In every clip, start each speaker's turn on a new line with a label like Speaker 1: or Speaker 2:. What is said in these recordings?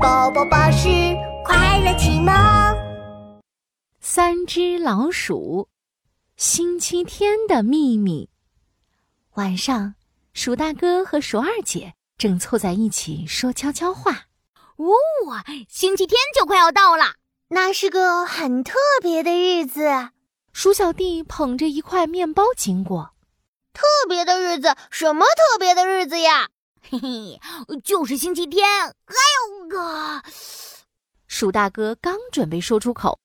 Speaker 1: 宝宝巴士快乐启蒙。
Speaker 2: 三只老鼠，星期天的秘密。晚上，鼠大哥和鼠二姐正凑在一起说悄悄话。
Speaker 3: 哦，星期天就快要到了，
Speaker 1: 那是个很特别的日子，
Speaker 2: 鼠小弟捧着一块面包经过。
Speaker 1: 特别的日子，什么特别的日子 呀？
Speaker 3: 嘿嘿，就是星期天。哎呦个！
Speaker 2: 鼠大哥刚准备说出口，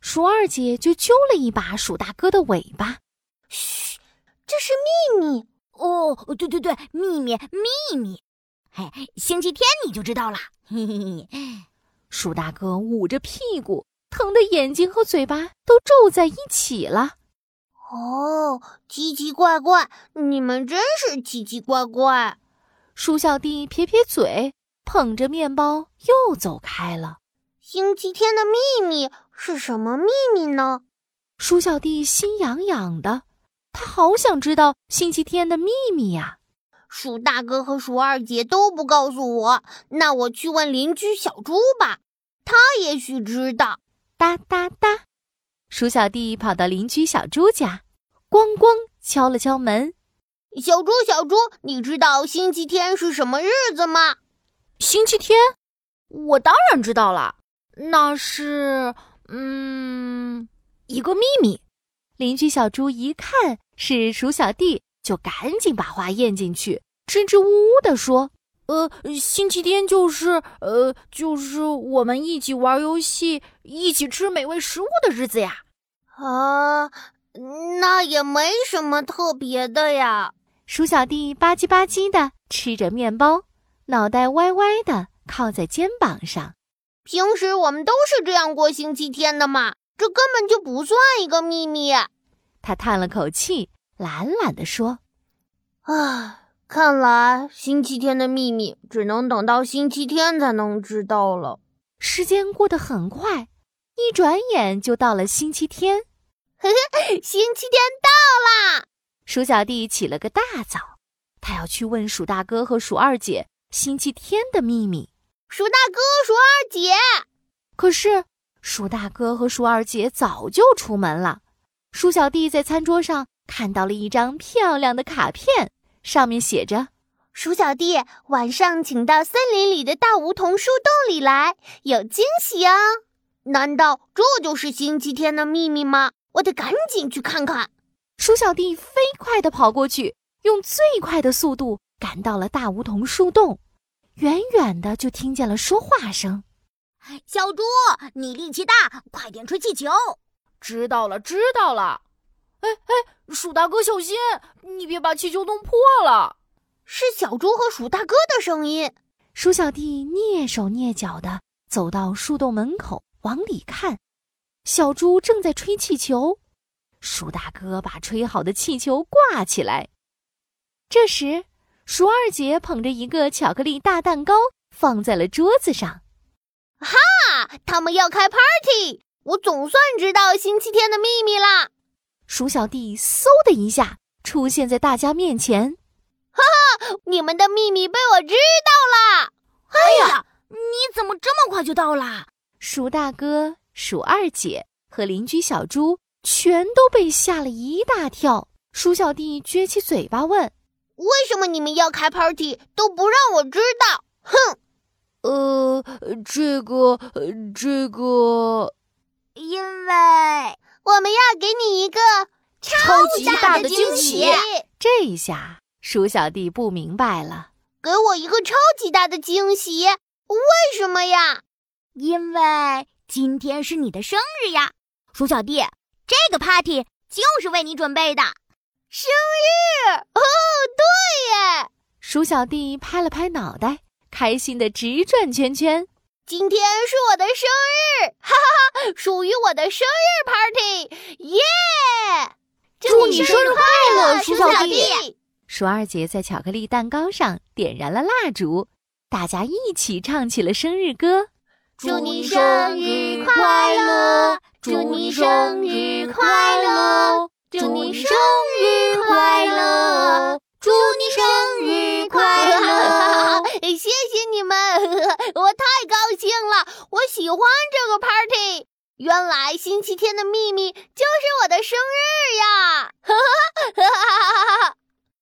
Speaker 2: 鼠二姐就揪了一把鼠大哥的尾巴。
Speaker 1: 嘘，这是秘密
Speaker 3: 哦！对对对，秘密秘密。嘿，星期天你就知道了。嘿嘿嘿，
Speaker 2: 鼠大哥捂着屁股，疼得眼睛和嘴巴都皱在一起了。
Speaker 1: 哦，奇奇怪怪，你们真是奇奇怪怪。
Speaker 2: 鼠小弟撇撇嘴，捧着面包又走开了。
Speaker 1: 星期天的秘密是什么秘密呢？
Speaker 2: 鼠小弟心痒痒的，他好想知道星期天的秘密
Speaker 1: 啊！
Speaker 2: 呀、
Speaker 1: 鼠大哥和鼠二姐都不告诉我，那我去问邻居小猪吧，他也许知道。
Speaker 2: 哒哒哒，鼠小弟跑到邻居小猪家，咣咣敲了敲门。
Speaker 1: 小猪，小猪，你知道星期天是什么日子吗？
Speaker 4: 星期天，我当然知道了，那是嗯一个秘密。
Speaker 2: 邻居小猪一看是鼠小弟，就赶紧把话咽进去，支支吾吾地说：“
Speaker 4: 呃，星期天就是呃就是我们一起玩游戏、一起吃美味食物的日子呀。”
Speaker 1: 啊，那也没什么特别的呀。
Speaker 2: 鼠小弟吧唧吧唧的吃着面包，脑袋歪歪的靠在肩膀上。
Speaker 1: 平时我们都是这样过星期天的嘛，这根本就不算一个秘密。
Speaker 2: 他叹了口气，懒懒地说：“
Speaker 1: 啊，看来星期天的秘密只能等到星期天才能知道了。”
Speaker 2: 时间过得很快，一转眼就到了星期天。
Speaker 1: 嘿嘿，星期天到啦！
Speaker 2: 鼠小弟起了个大早，他要去问鼠大哥和鼠二姐星期天的秘密。
Speaker 1: 鼠大哥、鼠二姐，
Speaker 2: 可是鼠大哥和鼠二姐早就出门了。鼠小弟在餐桌上看到了一张漂亮的卡片，上面写着：“
Speaker 1: 鼠小弟，晚上请到森林里的大梧桐树洞里来，有惊喜哦！”难道这就是星期天的秘密吗？我得赶紧去看看。
Speaker 2: 鼠小弟飞快地跑过去，用最快的速度赶到了大梧桐树洞，远远的就听见了说话声：“
Speaker 3: 小猪，你力气大，快点吹气球！”“
Speaker 4: 知道了，知道了。哎”“哎哎，鼠大哥，小心，你别把气球弄破了。”
Speaker 1: 是小猪和鼠大哥的声音。
Speaker 2: 鼠小弟蹑手蹑脚地走到树洞门口，往里看，小猪正在吹气球。鼠大哥把吹好的气球挂起来。这时，鼠二姐捧着一个巧克力大蛋糕放在了桌子上。
Speaker 1: 哈！啊他们要开 party，我总算知道星期天的秘密啦！
Speaker 2: 鼠小弟嗖的一下出现在大家面前。
Speaker 1: 哈哈！你们的秘密被我知道啦！
Speaker 3: 哎呀，你怎么这么快就到啦？
Speaker 2: 鼠大哥、鼠二姐和邻居小猪。全都被吓了一大跳。鼠小弟撅起嘴巴问：“
Speaker 1: 为什么你们要开 party 都不让我知道？”哼，
Speaker 4: 呃，这个，这个，
Speaker 3: 因为
Speaker 1: 我们要给你一个
Speaker 4: 超级大
Speaker 1: 的
Speaker 4: 惊
Speaker 1: 喜。
Speaker 2: 这一下，鼠小弟不明白了：“
Speaker 1: 给我一个超级大的惊喜，为什么呀？”
Speaker 3: 因为今天是你的生日呀，鼠小弟。这个 party 就是为你准备的，
Speaker 1: 生日哦，对耶！
Speaker 2: 鼠小弟拍了拍脑袋，开心的直转圈圈。
Speaker 1: 今天是我的生日，哈哈哈，属于我的生日 party，耶！
Speaker 4: 祝你生日快乐，鼠小
Speaker 1: 弟！
Speaker 2: 鼠二姐在巧克力蛋糕上点燃了蜡烛，大家一起唱起了生日歌。
Speaker 1: 祝你生日快乐！祝你生日快乐！祝你生日快乐！祝你 生日快乐！谢谢你们，我太高兴喜欢这个 party。原来星期天的秘密就是我的生日呀！